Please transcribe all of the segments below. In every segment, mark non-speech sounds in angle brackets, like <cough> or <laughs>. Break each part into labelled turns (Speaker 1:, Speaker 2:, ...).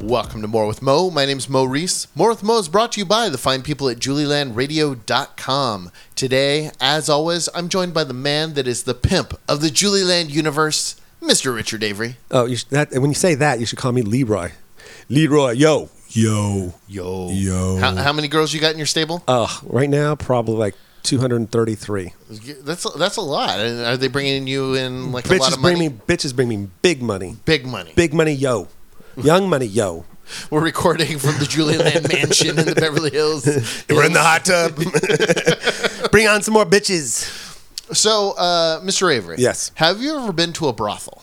Speaker 1: Welcome to More with Mo. My name's Mo Reese. More with Mo is brought to you by the fine people at JulielandRadio.com. Today, as always, I'm joined by the man that is the pimp of the Julieland universe, Mr. Richard Avery.
Speaker 2: Oh, you should, that, and when you say that, you should call me Leroy. Leroy, yo, yo,
Speaker 1: Yo.
Speaker 2: yo.
Speaker 1: How, how many girls you got in your stable?
Speaker 2: Ugh, right now, probably like 233.
Speaker 1: That's that's a lot. And Are they bringing you in like a lot
Speaker 2: Bitches
Speaker 1: of
Speaker 2: bring
Speaker 1: money?
Speaker 2: me, bitches bring me big money,
Speaker 1: Big money.
Speaker 2: big money, yo, young money, yo.
Speaker 1: We're recording from the
Speaker 2: <laughs>
Speaker 1: Julieland mansion in the Beverly Hills.
Speaker 2: We're in the hot tub. <laughs> bring on some more bitches.
Speaker 1: So, uh, Mr. Avery.
Speaker 2: Yes.
Speaker 1: Have you ever been to a brothel?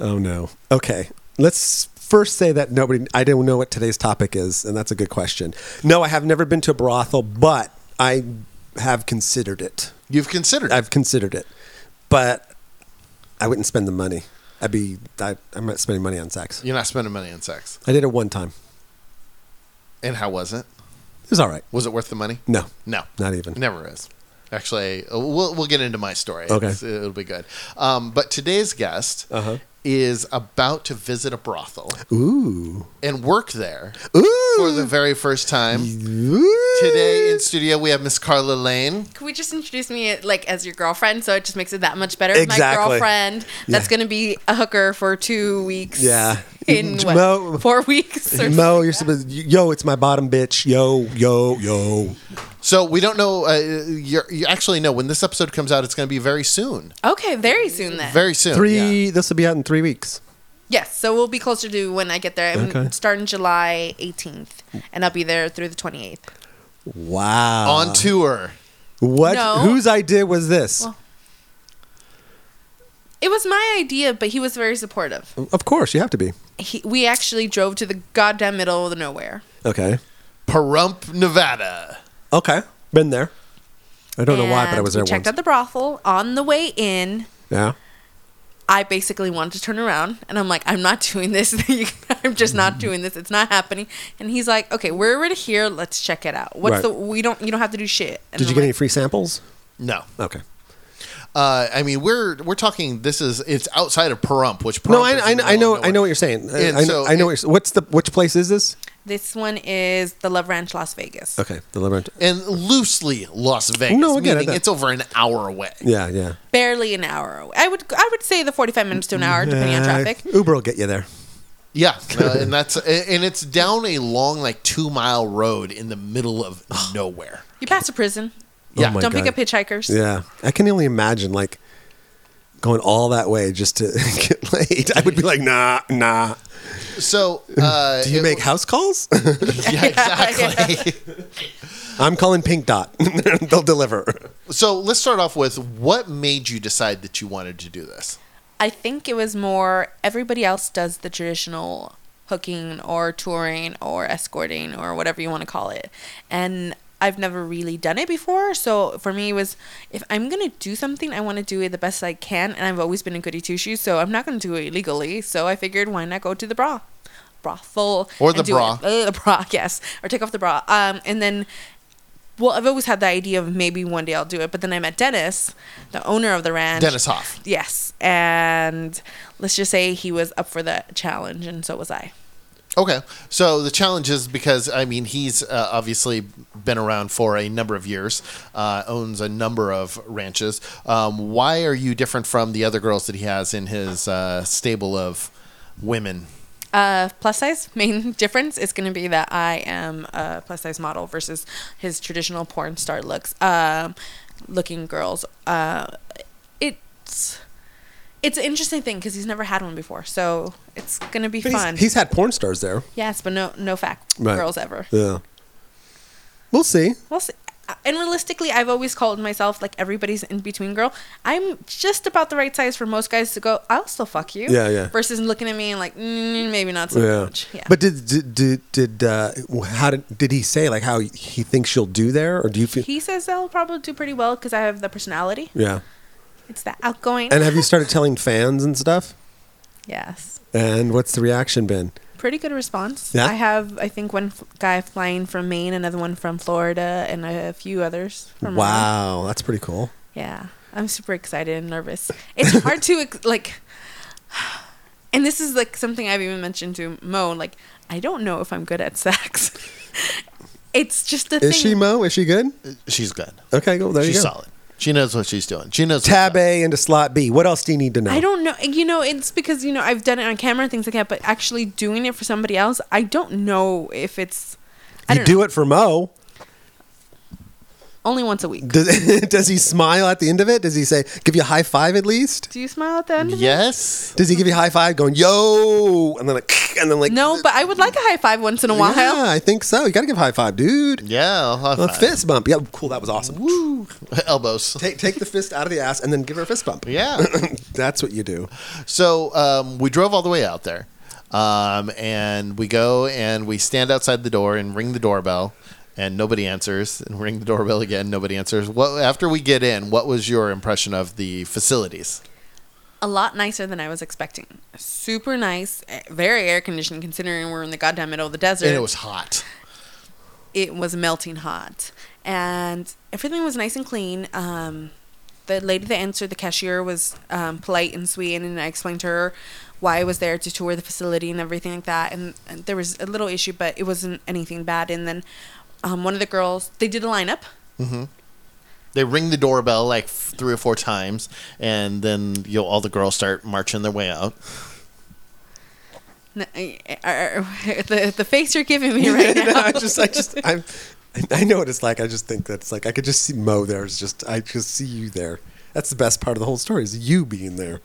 Speaker 2: Oh no. Okay, let's first say that nobody. I don't know what today's topic is, and that's a good question. No, I have never been to a brothel, but I have considered it.
Speaker 1: You've considered. it.
Speaker 2: I've considered it, but I wouldn't spend the money. I'd be I, I'm not spending money on sex.
Speaker 1: You're not spending money on sex.
Speaker 2: I did it one time.
Speaker 1: And how was it?
Speaker 2: It was all right.
Speaker 1: Was it worth the money?
Speaker 2: No,
Speaker 1: No.
Speaker 2: not even.
Speaker 1: Never is. Actually, uh, we'll, we'll get into my story.
Speaker 2: Okay.
Speaker 1: It's- it'll be good. Um, but today's guest
Speaker 2: Uh-huh.
Speaker 1: is about to visit a brothel
Speaker 2: Ooh,
Speaker 1: and work there
Speaker 2: ooh.
Speaker 1: for the very first time. Today
Speaker 2: Today,
Speaker 1: in studio, we have Miss Carla Lane.
Speaker 3: Can we just introduce me like as your girlfriend so it just makes it that much better?
Speaker 2: Exactly.
Speaker 3: My girlfriend that's
Speaker 2: Yeah.
Speaker 3: going to be a hooker for two weeks.
Speaker 2: Yeah. <laughs>
Speaker 3: In what,
Speaker 2: Mo-
Speaker 3: four weeks? Or
Speaker 2: Mo, you're supposed. Yo, it's my bottom bitch. Yo, yo, yo.
Speaker 1: So we don't know. Uh, you're, you actually know when this episode comes out, it's going to be very soon.
Speaker 3: Okay, very soon then.
Speaker 1: Very soon.
Speaker 2: Three. This will be out in three weeks.
Speaker 3: yes, so we'll be closer to when I get there. I'm
Speaker 2: Okay.
Speaker 3: starting July 18th and I'll be there through the 28th.
Speaker 2: Wow.
Speaker 1: yeah. on tour.
Speaker 2: what?
Speaker 3: No.
Speaker 2: Whose idea was this?
Speaker 3: Well- It was my idea, but he was very supportive.
Speaker 2: of course, you have to be.
Speaker 3: He, we actually drove to the goddamn middle of the nowhere.
Speaker 2: Okay.
Speaker 1: Pahrump, Nevada.
Speaker 2: Okay. Been there. I don't know why, but I
Speaker 3: And
Speaker 2: was there
Speaker 3: we checked
Speaker 2: once.
Speaker 3: out the brothel on the way in.
Speaker 2: yeah.
Speaker 3: I basically wanted to turn around and I'm like, I'm not doing this. <laughs> I'm just not
Speaker 2: Mm-hmm.
Speaker 3: doing this. It's not happening. And he's like, Okay, we're already here. Let's check it out. What's
Speaker 2: Right.
Speaker 3: the we don't you don't have to do shit. And
Speaker 2: Did you
Speaker 3: I'm
Speaker 2: get
Speaker 3: like,
Speaker 2: any free samples?
Speaker 1: No.
Speaker 2: Okay.
Speaker 1: Uh, I mean, we're we're talking. This is it's outside of Pahrump, which Pahrump
Speaker 2: No, I,
Speaker 1: is
Speaker 2: I,
Speaker 1: in the
Speaker 2: I
Speaker 1: middle
Speaker 2: know
Speaker 1: of
Speaker 2: I know
Speaker 1: nowhere.
Speaker 2: what you're saying. Uh, I,
Speaker 1: And
Speaker 2: I know,
Speaker 1: so-
Speaker 2: I know what you're, what's the which place is this?
Speaker 3: This one is the Love Ranch Las Vegas.
Speaker 2: Okay, the Levant.
Speaker 1: and loosely Las Vegas.
Speaker 2: No, I get it,
Speaker 1: meaning
Speaker 2: that-
Speaker 1: it's over an hour away.
Speaker 2: Yeah, yeah.
Speaker 3: Barely an hour away. I would I would say the forty five minutes to an hour depending on
Speaker 2: Uh,
Speaker 3: traffic.
Speaker 2: Uber will get you there.
Speaker 1: Yeah, uh, and that's and it's down a long like two mile road in the middle of nowhere.
Speaker 3: You pass a prison.
Speaker 1: Yeah.
Speaker 2: Oh my
Speaker 3: don't
Speaker 2: God.
Speaker 3: pick up hitchhikers.
Speaker 2: Yeah, I can only imagine like going all that way just to <laughs> get laid. I would be like, nah, nah.
Speaker 1: So uh,
Speaker 2: Do you
Speaker 1: it-
Speaker 2: make house calls?
Speaker 1: yeah, exactly.
Speaker 2: <laughs> I'm calling Pink Dot. <laughs> They'll deliver.
Speaker 1: so let's start off with what made you decide that you wanted to do this.
Speaker 3: I think it was more everybody else does the traditional hooking or touring or escorting or whatever you want to call it. And I've never really done it before. So for me, it was if I'm going to do something, I want to do it the best I can. And I've always been a goody two shoes, so I'm not going to do it illegally. So I figured why not go to the bra? Brothel.
Speaker 1: Or
Speaker 3: and
Speaker 1: the
Speaker 3: do
Speaker 1: bra.
Speaker 3: it. Uh, <laughs> the bra, yes. Or take off the bra. Um, and then well, I've always had the idea of maybe one day I'll do it, but then I met Dennis, the owner of the ranch.
Speaker 1: Dennis Hoff.
Speaker 3: Yes. And let's just say he was up for the challenge, and so was I.
Speaker 1: Okay, so the challenge is because I mean he's uh, obviously been around for a number of years, uh, owns a number of ranches. Um, why are you different from the other girls that he has in his uh, stable of women?
Speaker 3: Uh, plus size <laughs> main difference is going to be that I am a plus size model versus his traditional porn star looks, um, looking girls. Uh, it's it's an interesting thing because he's never had one before, so it's going to be
Speaker 2: But he's-
Speaker 3: fun.
Speaker 2: he's had porn stars there.
Speaker 3: yes, but no no fact
Speaker 2: Right.
Speaker 3: girls ever.
Speaker 2: Yeah. We'll see.
Speaker 3: Well, see, and realistically, I've always called myself like everybody's in between girl. I'm just about the right size for most guys to go. I'll still fuck you.
Speaker 2: Yeah, yeah.
Speaker 3: Versus looking at me and like mm, maybe not so
Speaker 2: yeah.
Speaker 3: much. Yeah.
Speaker 2: But did did did, did uh, how did did he say like how he thinks you'll do there or do you feel?
Speaker 3: he says I'll probably do pretty well because I have the personality.
Speaker 2: yeah.
Speaker 3: It's the outgoing.
Speaker 2: And have you started telling fans and stuff?
Speaker 3: yes.
Speaker 2: And what's the reaction been?
Speaker 3: Pretty good response.
Speaker 2: Yeah?
Speaker 3: I have, I think, one f- guy flying from Maine, another one from Florida, and a few others. From uh, around.
Speaker 2: Wow, that's pretty cool.
Speaker 3: Yeah, I'm super excited and nervous. It's hard to ex- like. and this is like something I've even mentioned to Mo. Like, I don't know if I'm good at sex. <laughs> it's just a thing.
Speaker 2: Is she Mo? Is she good?
Speaker 1: She's good.
Speaker 2: Okay, cool. There
Speaker 1: she's
Speaker 2: you go.
Speaker 1: solid. She knows what she's doing. She knows. what's
Speaker 2: Tab
Speaker 1: up.
Speaker 2: A into slot B. What else do you need to know?
Speaker 3: I don't know. You know, it's because you know I've done it on camera and things like that. But actually doing it for somebody else, I don't know if it's. I
Speaker 2: You
Speaker 3: don't
Speaker 2: do it for Mo.
Speaker 3: only once a week.
Speaker 2: Does, <laughs> does he smile at the end of it? Does he say give you a high five at least?
Speaker 3: Do you smile at the end? of it?
Speaker 1: Yes.
Speaker 2: Does he give you a high five going yo and then like <laughs> and then like
Speaker 3: No, but I would like a high five once in a while.
Speaker 2: Yeah, I think so. You got to give a high five, dude.
Speaker 1: Yeah. I'll high
Speaker 2: A
Speaker 1: five.
Speaker 2: fist bump. Yeah, cool. That was awesome.
Speaker 1: Woo. <laughs> Elbows.
Speaker 2: Take take the fist out of the ass and then give her a fist bump.
Speaker 1: Yeah.
Speaker 2: <laughs> That's what you do.
Speaker 1: So um, we drove all the way out there, um, and we go and we stand outside the door and ring the doorbell, and nobody answers. And <laughs> ring the doorbell again, nobody answers. What after we get in? What was your impression of the facilities?
Speaker 3: a lot nicer than I was expecting. Super nice, eh, very air conditioned considering we're in the goddamn middle of the desert.
Speaker 1: And it was hot.
Speaker 3: it was melting hot, and everything was nice and clean. Um, the lady that answered the cashier was um, polite and sweet, and I explained to her why I was there to tour the facility and everything like that. And, and there was a little issue, but it wasn't anything bad. And then um, one of the girls, they did a lineup.
Speaker 1: They ring the doorbell like f- three or four times, and then you'll, all the girls start marching their way out.
Speaker 3: N- eh, eh, eh, eh, <laughs> The the face you're giving me right
Speaker 2: No,
Speaker 3: now.
Speaker 2: <laughs> I just, I just, I'm, I know what it's like. I just think that's like I could just see Mo there. It's just I just see you there. That's the best part of the whole story is you being there.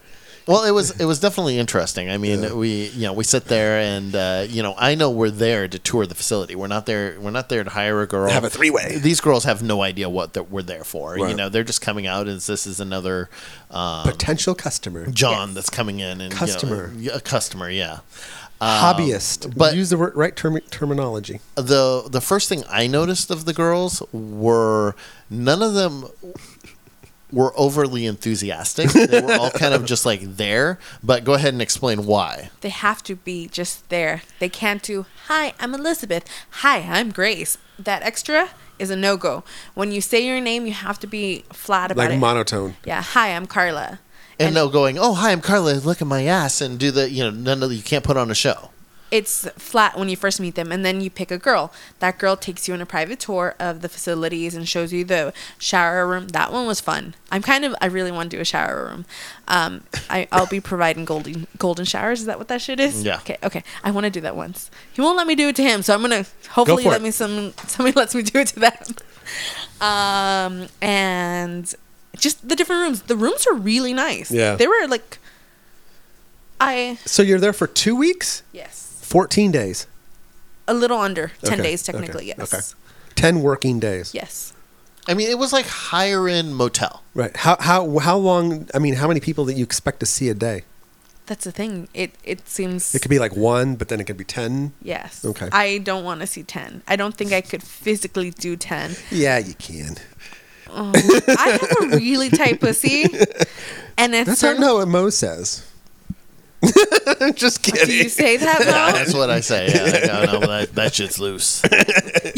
Speaker 1: Well, it was it was definitely interesting. I mean, we you know we sit there and uh, you know I know we're there to tour the facility. We're not there. We're not there to hire a girl.
Speaker 2: Have a three-way.
Speaker 1: These girls have no idea what that we're there for. You
Speaker 2: Right.
Speaker 1: know, they're just coming out as this is another um,
Speaker 2: Potential customer,
Speaker 1: John that's coming in and you know,
Speaker 2: Customer.
Speaker 1: a customer. Yeah. Uh,
Speaker 3: um,
Speaker 2: hobbyist.
Speaker 1: but-
Speaker 2: But use the wor- right term, terminology.
Speaker 1: the the first thing I noticed of the girls were none of them were overly enthusiastic. They were all kind of just like there. But go ahead and explain why.
Speaker 3: They have to be just there. They can't do, hi, I'm Elizabeth. Hi, I'm Grace. That extra is a no go. When you say your name, you have to be flat about
Speaker 2: Like
Speaker 3: it.
Speaker 2: monotone.
Speaker 3: yeah, hi, I'm Carla.
Speaker 1: and no going oh hi i'm carla look at my ass and do the you know none of the, you can't put on a show
Speaker 3: it's flat when you first meet them and then you pick a girl that girl takes you on a private tour of the facilities and shows you the shower room that one was fun i'm kind of i really want to do a shower room um, I, i'll be providing golden golden showers is that what that shit is
Speaker 1: Yeah.
Speaker 3: okay okay i want to do that once he won't let me do it to him so i'm gonna hopefully
Speaker 2: for
Speaker 3: let
Speaker 2: it.
Speaker 3: me some somebody <laughs> lets me do it to them um, and just the different rooms the rooms are really nice
Speaker 2: Yeah.
Speaker 3: they were like i
Speaker 2: So you're there for two weeks,
Speaker 3: yes
Speaker 2: fourteen days,
Speaker 3: a little under 10
Speaker 2: Okay,
Speaker 3: days
Speaker 2: okay,
Speaker 3: technically yes
Speaker 2: ten working days.
Speaker 3: yes
Speaker 1: i mean it was like higher end motel
Speaker 2: Right. How how how long? I mean, how many people that you expect to see a day?
Speaker 3: that's the thing it it seems
Speaker 2: It could be like one, but then it could be ten.
Speaker 3: yes
Speaker 2: Okay.
Speaker 3: i don't want to see 10 i don't think i could physically do 10
Speaker 2: Yeah, you can.
Speaker 3: i have a really tight
Speaker 2: <laughs>
Speaker 3: pussy and it's
Speaker 2: That's
Speaker 3: certain-
Speaker 2: not no what Mo says. <laughs> Just kidding.
Speaker 3: do you
Speaker 2: <laughs>
Speaker 3: say that
Speaker 1: that's what i say yeah no no that, that shit's loose
Speaker 3: though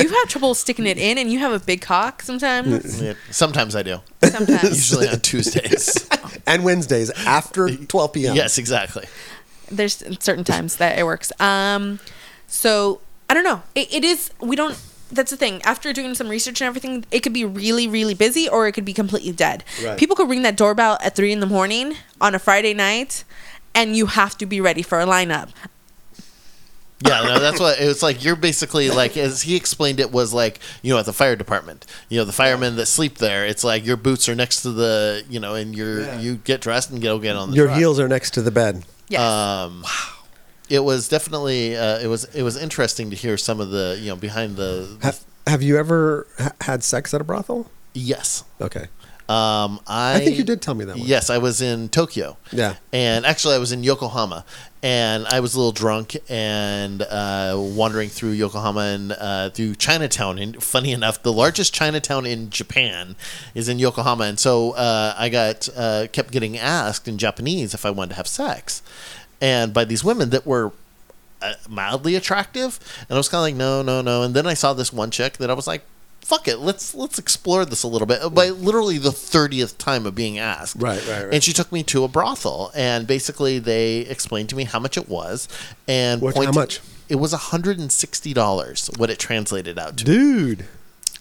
Speaker 3: you have trouble sticking it in and you have a big cock sometimes
Speaker 1: Yeah, sometimes i do
Speaker 3: sometimes
Speaker 1: usually on tuesdays
Speaker 2: and Wednesdays after 12 p.m.
Speaker 1: yes exactly
Speaker 3: there's certain times that it works um so i don't know it, it is we don't that's the thing after doing some research and everything it could be really really busy or it could be completely dead
Speaker 2: Right.
Speaker 3: people could ring that doorbell at three in the morning on a friday night and you have to be ready for a lineup
Speaker 1: yeah no that's what it was like you're basically like as he explained it was like you know at the fire department you know the firemen that sleep there it's like your boots are next to the you know and you're you get dressed and go get on the
Speaker 2: Your
Speaker 1: truck.
Speaker 2: heels are next to the bed.
Speaker 3: yes
Speaker 1: Um, it was definitely uh, it was it was interesting to hear some of the you know behind the, the
Speaker 2: Ha- have you ever ha- had sex at a brothel?
Speaker 1: yes.
Speaker 2: Okay.
Speaker 1: Um, I,
Speaker 2: I think you did tell me that one.
Speaker 1: Yes, I was in Tokyo.
Speaker 2: Yeah.
Speaker 1: and actually, I was in Yokohama, and I was a little drunk and uh, wandering through Yokohama and uh, through Chinatown. And funny enough, the largest Chinatown in Japan is in Yokohama, and so uh, I got uh, kept getting asked in Japanese if I wanted to have sex, and by these women that were uh, mildly attractive, and I was kind of like, no, no, no. And then I saw this one chick that I was like, fuck it, let's let's explore this a little bit. By literally the thirtieth time of being asked,
Speaker 2: Right, right, right.
Speaker 1: And she took me to a brothel, and basically they explained to me how much it was, and
Speaker 2: What- how
Speaker 1: pointed-
Speaker 2: much?
Speaker 1: It was hundred and sixty dollars. What it translated out to
Speaker 2: dude.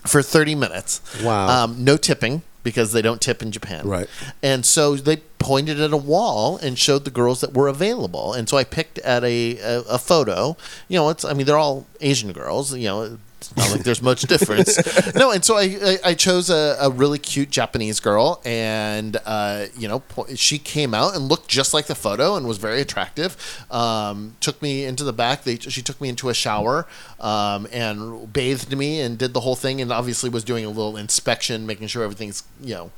Speaker 1: for 30 minutes.
Speaker 2: Wow.
Speaker 1: Um, no tipping because they don't tip in Japan.
Speaker 2: Right.
Speaker 1: And so they pointed at a wall and showed the girls that were available. And so I picked at a, a, a photo. You know, it's, I mean, they're all Asian girls, you know. It's not like there's much difference. No, and so I I, I chose a, a really cute Japanese girl, and uh, you know po- she came out and looked just like the photo and was very attractive. Um, took me into the back. They she took me into a shower um, and bathed me and did the whole thing. And obviously was doing a little inspection, making sure everything's you know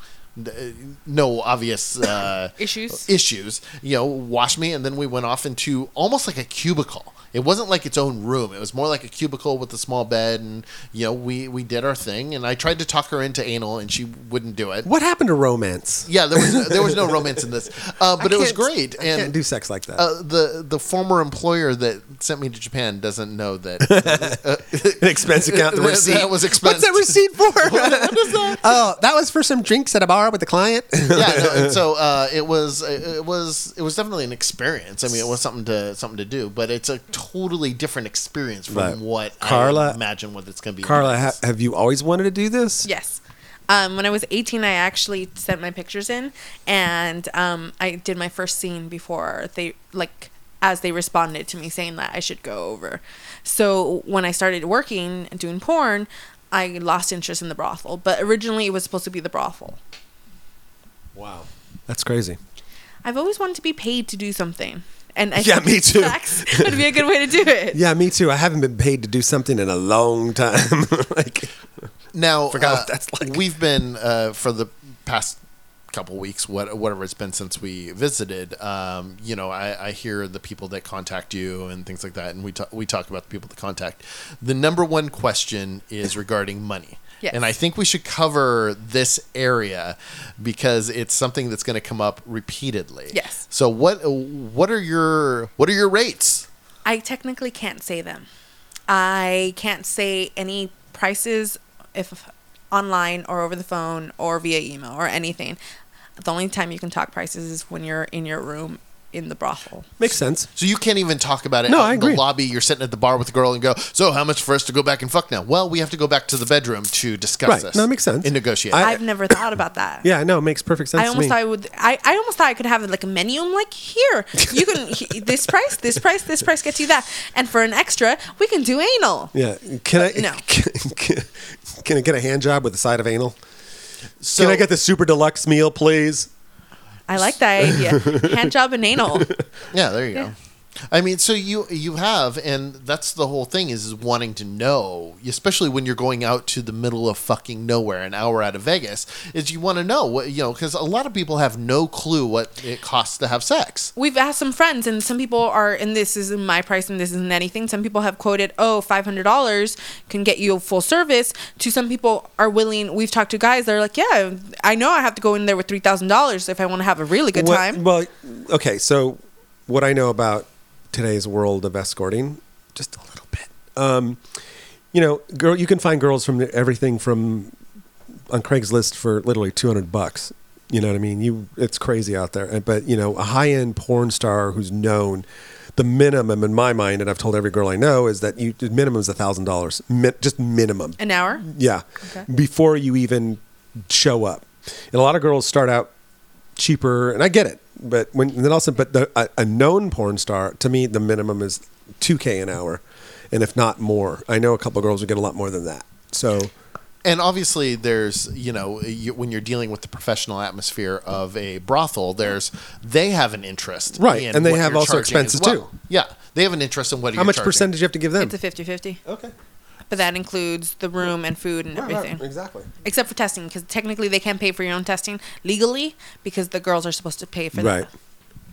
Speaker 1: th- no obvious uh,
Speaker 3: Issues?
Speaker 1: issues. You know, washed me, and then we went off into almost like a cubicle. It wasn't like its own room. It was more like a cubicle with a small bed, and you know, we we did our thing. And I tried to talk her into anal, and she wouldn't do it.
Speaker 2: What happened to romance?
Speaker 1: Yeah, there was there was
Speaker 2: <laughs>
Speaker 1: no romance in this, uh, but
Speaker 2: I
Speaker 1: it was
Speaker 2: can't-
Speaker 1: great.
Speaker 2: I
Speaker 1: and
Speaker 2: can't do sex like <laughs> that.
Speaker 1: uh, the the former employer that sent me to Japan doesn't know
Speaker 2: <laughs>
Speaker 1: that.
Speaker 2: An expense account,
Speaker 1: <laughs>
Speaker 2: the
Speaker 1: that-
Speaker 2: receipt.
Speaker 1: that was
Speaker 2: What's that
Speaker 1: expensed.
Speaker 2: receipt
Speaker 1: <laughs>
Speaker 2: for? what is that? Oh, that was for some drinks at a bar with a <laughs> client.
Speaker 1: yeah, no, and so uh, it was it was it was definitely an experience. I mean, it was something to something to do, but it's a totally different experience from
Speaker 2: Right.
Speaker 1: what I
Speaker 2: Carla-
Speaker 1: imagine what it's going to be.
Speaker 2: Carla, ha- have you always wanted to do this?
Speaker 3: Yes. Um, when I was 18, I actually sent my pictures in, and um, I did my first scene before they like as they responded to me saying that I should go over. So when I started working and doing porn, I lost interest in the brothel. But originally, it was supposed to be the brothel.
Speaker 2: Wow, that's crazy.
Speaker 3: I've always wanted to be paid to do something, and I
Speaker 2: Yeah,
Speaker 3: think
Speaker 2: me too.
Speaker 3: Sex would be a good way to do it.
Speaker 2: <laughs> Yeah, me too. I haven't been paid to do something in a long time. <laughs> like,
Speaker 1: Now,
Speaker 2: Forgot
Speaker 1: uh,
Speaker 2: what that's like.
Speaker 1: We've been uh, for the past couple weeks, what whatever it's been since we visited. Um, you know, I, I hear the people that contact you and things like that, and we talk, we talk about the people that contact. The number one question is regarding money.
Speaker 3: Yes.
Speaker 1: And I think we should cover this area because it's something that's going to come up repeatedly.
Speaker 3: Yes.
Speaker 1: So what what are your what are your rates?
Speaker 3: I technically can't say them. I can't say any prices if online or over the phone or via email or anything. The only time you can talk prices is when you're in your room in the brothel.
Speaker 2: makes sense.
Speaker 1: So you can't even talk about it
Speaker 2: No,
Speaker 1: out
Speaker 2: I
Speaker 1: in the
Speaker 2: agree.
Speaker 1: lobby. You're sitting at the bar with a girl and go, so how much for us to go back and fuck now? Well, we have to go back to the bedroom to discuss
Speaker 2: Right.
Speaker 1: this.
Speaker 2: No, it makes sense.
Speaker 1: And negotiate.
Speaker 2: I-
Speaker 3: I've never thought about that.
Speaker 2: Yeah, I know. It makes perfect sense.
Speaker 3: I almost
Speaker 2: to
Speaker 3: thought I
Speaker 2: me.
Speaker 3: would. I, I almost thought I could have like a menu. I'm like, here, you can
Speaker 2: <laughs>
Speaker 3: he- this price, this price, this price gets you that, and for an extra, we can do anal.
Speaker 2: yeah. Can I?
Speaker 3: No.
Speaker 2: Can, <laughs> can, can I get a hand job with a side of anal?
Speaker 1: so,
Speaker 2: can I get the super deluxe meal, please?
Speaker 3: I like that idea. Hand job and anal.
Speaker 1: Yeah, there you go. I mean, so you you have, and that's the whole thing is, is wanting to know, especially when you're going out to the middle of fucking nowhere, an hour out of Vegas, is you want to know what you know because a lot of people have no clue what it costs to have sex.
Speaker 3: we've asked some friends and some people are and this isn't my price and this isn't anything some people have quoted oh $500 can get you a full service to some people are willing we've talked to guys that are like yeah i know i have to go in there with $3000 if i want to have a really good
Speaker 2: What-
Speaker 3: time
Speaker 2: Well, okay. So, what I know about today's world of escorting, just a little bit. Um, you know, girl, you can find girls from everything from on Craigslist for literally two hundred bucks. You know what I mean? You, it's crazy out there. And- But you know, a high-end porn star who's known. The minimum in my mind, and I've told every girl I know, is that you the minimum is a thousand dollars, just minimum.
Speaker 3: an hour
Speaker 2: Yeah. Before you even show up. And a lot of girls start out cheaper, and I get it. But when and then also, but the, a, a known porn star to me, the minimum is two k an hour, and if not more. I know a couple of girls who get a lot more than that. So
Speaker 1: and obviously there's you know you, when you're dealing with the professional atmosphere of a brothel there's they have an interest
Speaker 2: Right, and they
Speaker 1: what
Speaker 2: have
Speaker 1: you're
Speaker 2: also
Speaker 1: charging as
Speaker 2: expenses too.
Speaker 1: yeah they have an interest in what
Speaker 2: how
Speaker 1: you're
Speaker 2: much
Speaker 1: charging.
Speaker 2: percentage you have to give them?
Speaker 3: it's a 50-50
Speaker 2: okay,
Speaker 3: but that includes the room and food and
Speaker 2: Right, right,
Speaker 3: everything
Speaker 2: exactly.
Speaker 3: except for testing because technically they can't pay for your own testing legally because the girls are supposed to pay for
Speaker 2: Right.
Speaker 3: that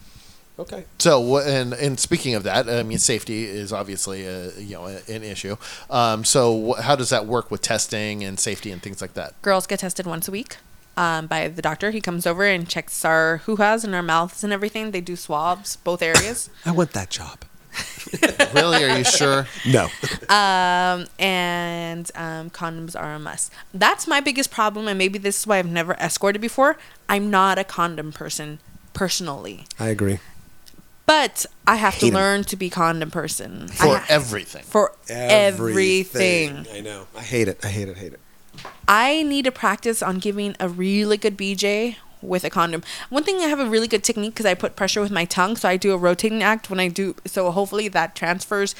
Speaker 2: Okay.
Speaker 1: so wha- and and speaking of that i mean safety is obviously a, you know a- an issue um, so wh- how does that work with testing and safety and things like that
Speaker 3: girls get tested once a week um, by the doctor. He comes over and checks our who has and our mouths and everything. They do swabs, both areas. <coughs>
Speaker 2: I want that job.
Speaker 1: really? Are you
Speaker 3: <laughs>
Speaker 1: sure?
Speaker 2: No.
Speaker 3: um, and um, condoms are a must. That's my biggest problem, and maybe this is why I've never escorted before. I'm not a condom person personally,
Speaker 2: I agree.
Speaker 3: but I have to
Speaker 2: Hate 'em.
Speaker 3: learn to be condom person
Speaker 1: For
Speaker 3: I ha-
Speaker 1: everything.
Speaker 3: For everything.
Speaker 2: I know. I hate it. I hate it. Hate it.
Speaker 3: I need to practice on giving a really good BJ with a condom. One thing I have a really good technique because I put pressure with my tongue, so I do a rotating act when I do. So hopefully that transfers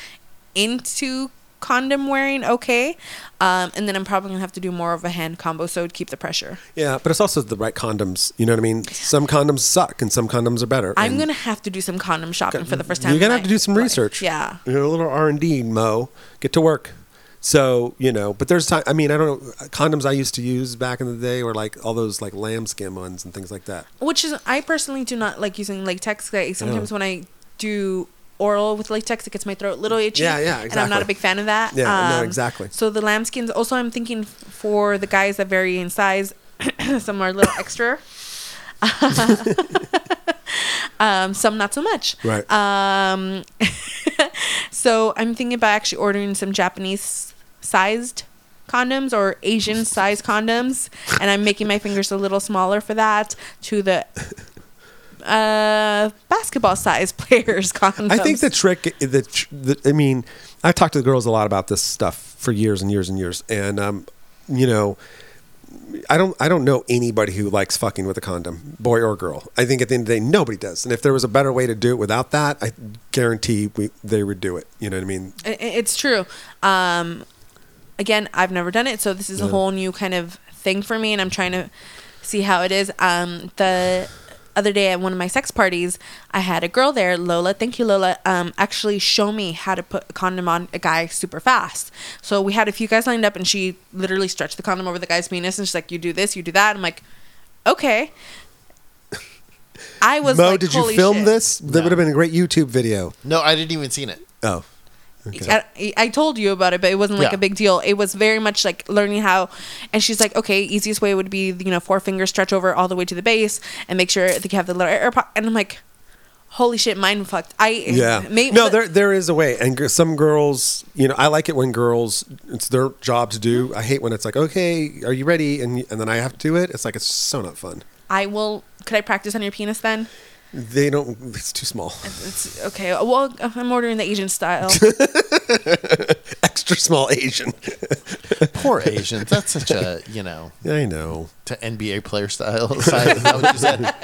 Speaker 3: into condom wearing okay. Um, and then I'm probably gonna have to do more of a hand combo so to keep the pressure.
Speaker 2: Yeah, but it's also the right condoms. You know what I mean? Some condoms suck, and some condoms are better.
Speaker 3: I'm
Speaker 2: and
Speaker 3: gonna have to do some condom shopping for the first time.
Speaker 2: You're gonna
Speaker 3: in
Speaker 2: have to do
Speaker 3: my
Speaker 2: some
Speaker 3: life.
Speaker 2: research.
Speaker 3: Yeah.
Speaker 2: you know, a little R and D, Mo. Get to work. So you know, but there's time. I mean, I don't know. Condoms I used to use back in the day were like all those like lambskin ones and things like that.
Speaker 3: Which is I personally do not like using latex. I, sometimes when I do oral with latex, it gets my throat a little itchy.
Speaker 2: Yeah, yeah,
Speaker 3: And I'm
Speaker 2: exactly.
Speaker 3: not a big fan of that. Um,
Speaker 2: Yeah, no, exactly.
Speaker 3: So the lambskins. Also, I'm thinking f- for the guys that vary in size, <coughs> some are a little extra. <laughs> um, some not so much.
Speaker 2: Right.
Speaker 3: Um, so I'm thinking about actually ordering some Japanese sized condoms or Asian sized condoms, and I'm making my fingers a little smaller for that to the uh, basketball sized <laughs> players condoms.
Speaker 2: I think the trick, the, tr- the I mean, I talked to the girls a lot about this stuff for years and years and years, and um, you know, I don't, I don't know anybody who likes fucking with a condom, boy or girl. I think at the end of the day, nobody does. And if there was a better way to do it without that, I guarantee we they would do it. You know what I mean?
Speaker 3: I- I- it's true. Um, again, I've never done it, so this is a
Speaker 2: Yeah.
Speaker 3: whole new kind of thing for me, and I'm trying to see how it is. Um, the other day at one of my sex parties, I had a girl there, Lola. Thank you, Lola. Um, actually, show me how to put a condom on a guy super fast. So we had a few guys lined up, and she literally stretched the condom over the guy's penis, and she's like, "You do this, you do that." I'm like, "Okay." I was
Speaker 2: Mo,
Speaker 3: like,
Speaker 2: did you
Speaker 3: "Holy
Speaker 2: film
Speaker 3: shit."
Speaker 2: this? That would have been a great YouTube video.
Speaker 1: No, I didn't even seen it.
Speaker 2: Oh, okay.
Speaker 3: I, I told you about it, but it wasn't like
Speaker 1: Yeah.
Speaker 3: a big deal. It was very much like learning how. And she's like, okay, easiest way would be you know four fingers stretch over all the way to the base and make sure that you have the little air pocket. And I'm like, holy shit, mind fucked. I
Speaker 2: Yeah.
Speaker 3: may-
Speaker 2: no, there there is a way, and g- some girls, you know, I like it when girls it's their job to do. I hate when it's like, okay, are you ready? And and then I have to do it. It's like it's so not fun.
Speaker 3: I will. Could I practice on your penis then?
Speaker 2: They don't. It's too small. <laughs>
Speaker 3: It's okay. Well, I'm ordering the Asian style.
Speaker 2: Extra small Asian.
Speaker 1: Poor Asians. That's such a, you know,
Speaker 2: <laughs> I know.
Speaker 1: to NBA player style <laughs> side. Is that what you
Speaker 2: <laughs>
Speaker 1: said?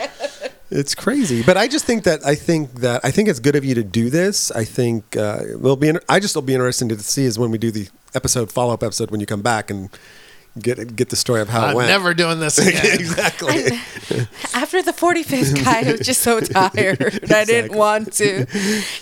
Speaker 2: It's crazy, but I just think that I think that I think it's good of you to do this. I think uh, will be. inter- I just will be interesting to see is when we do the episode follow up episode when you come back and get get the story of how it
Speaker 1: I'm
Speaker 2: went. <laughs>
Speaker 1: never doing this again.
Speaker 2: exactly.
Speaker 3: After the 45th guy, I was just so tired. I didn't
Speaker 2: Exactly.
Speaker 3: want to.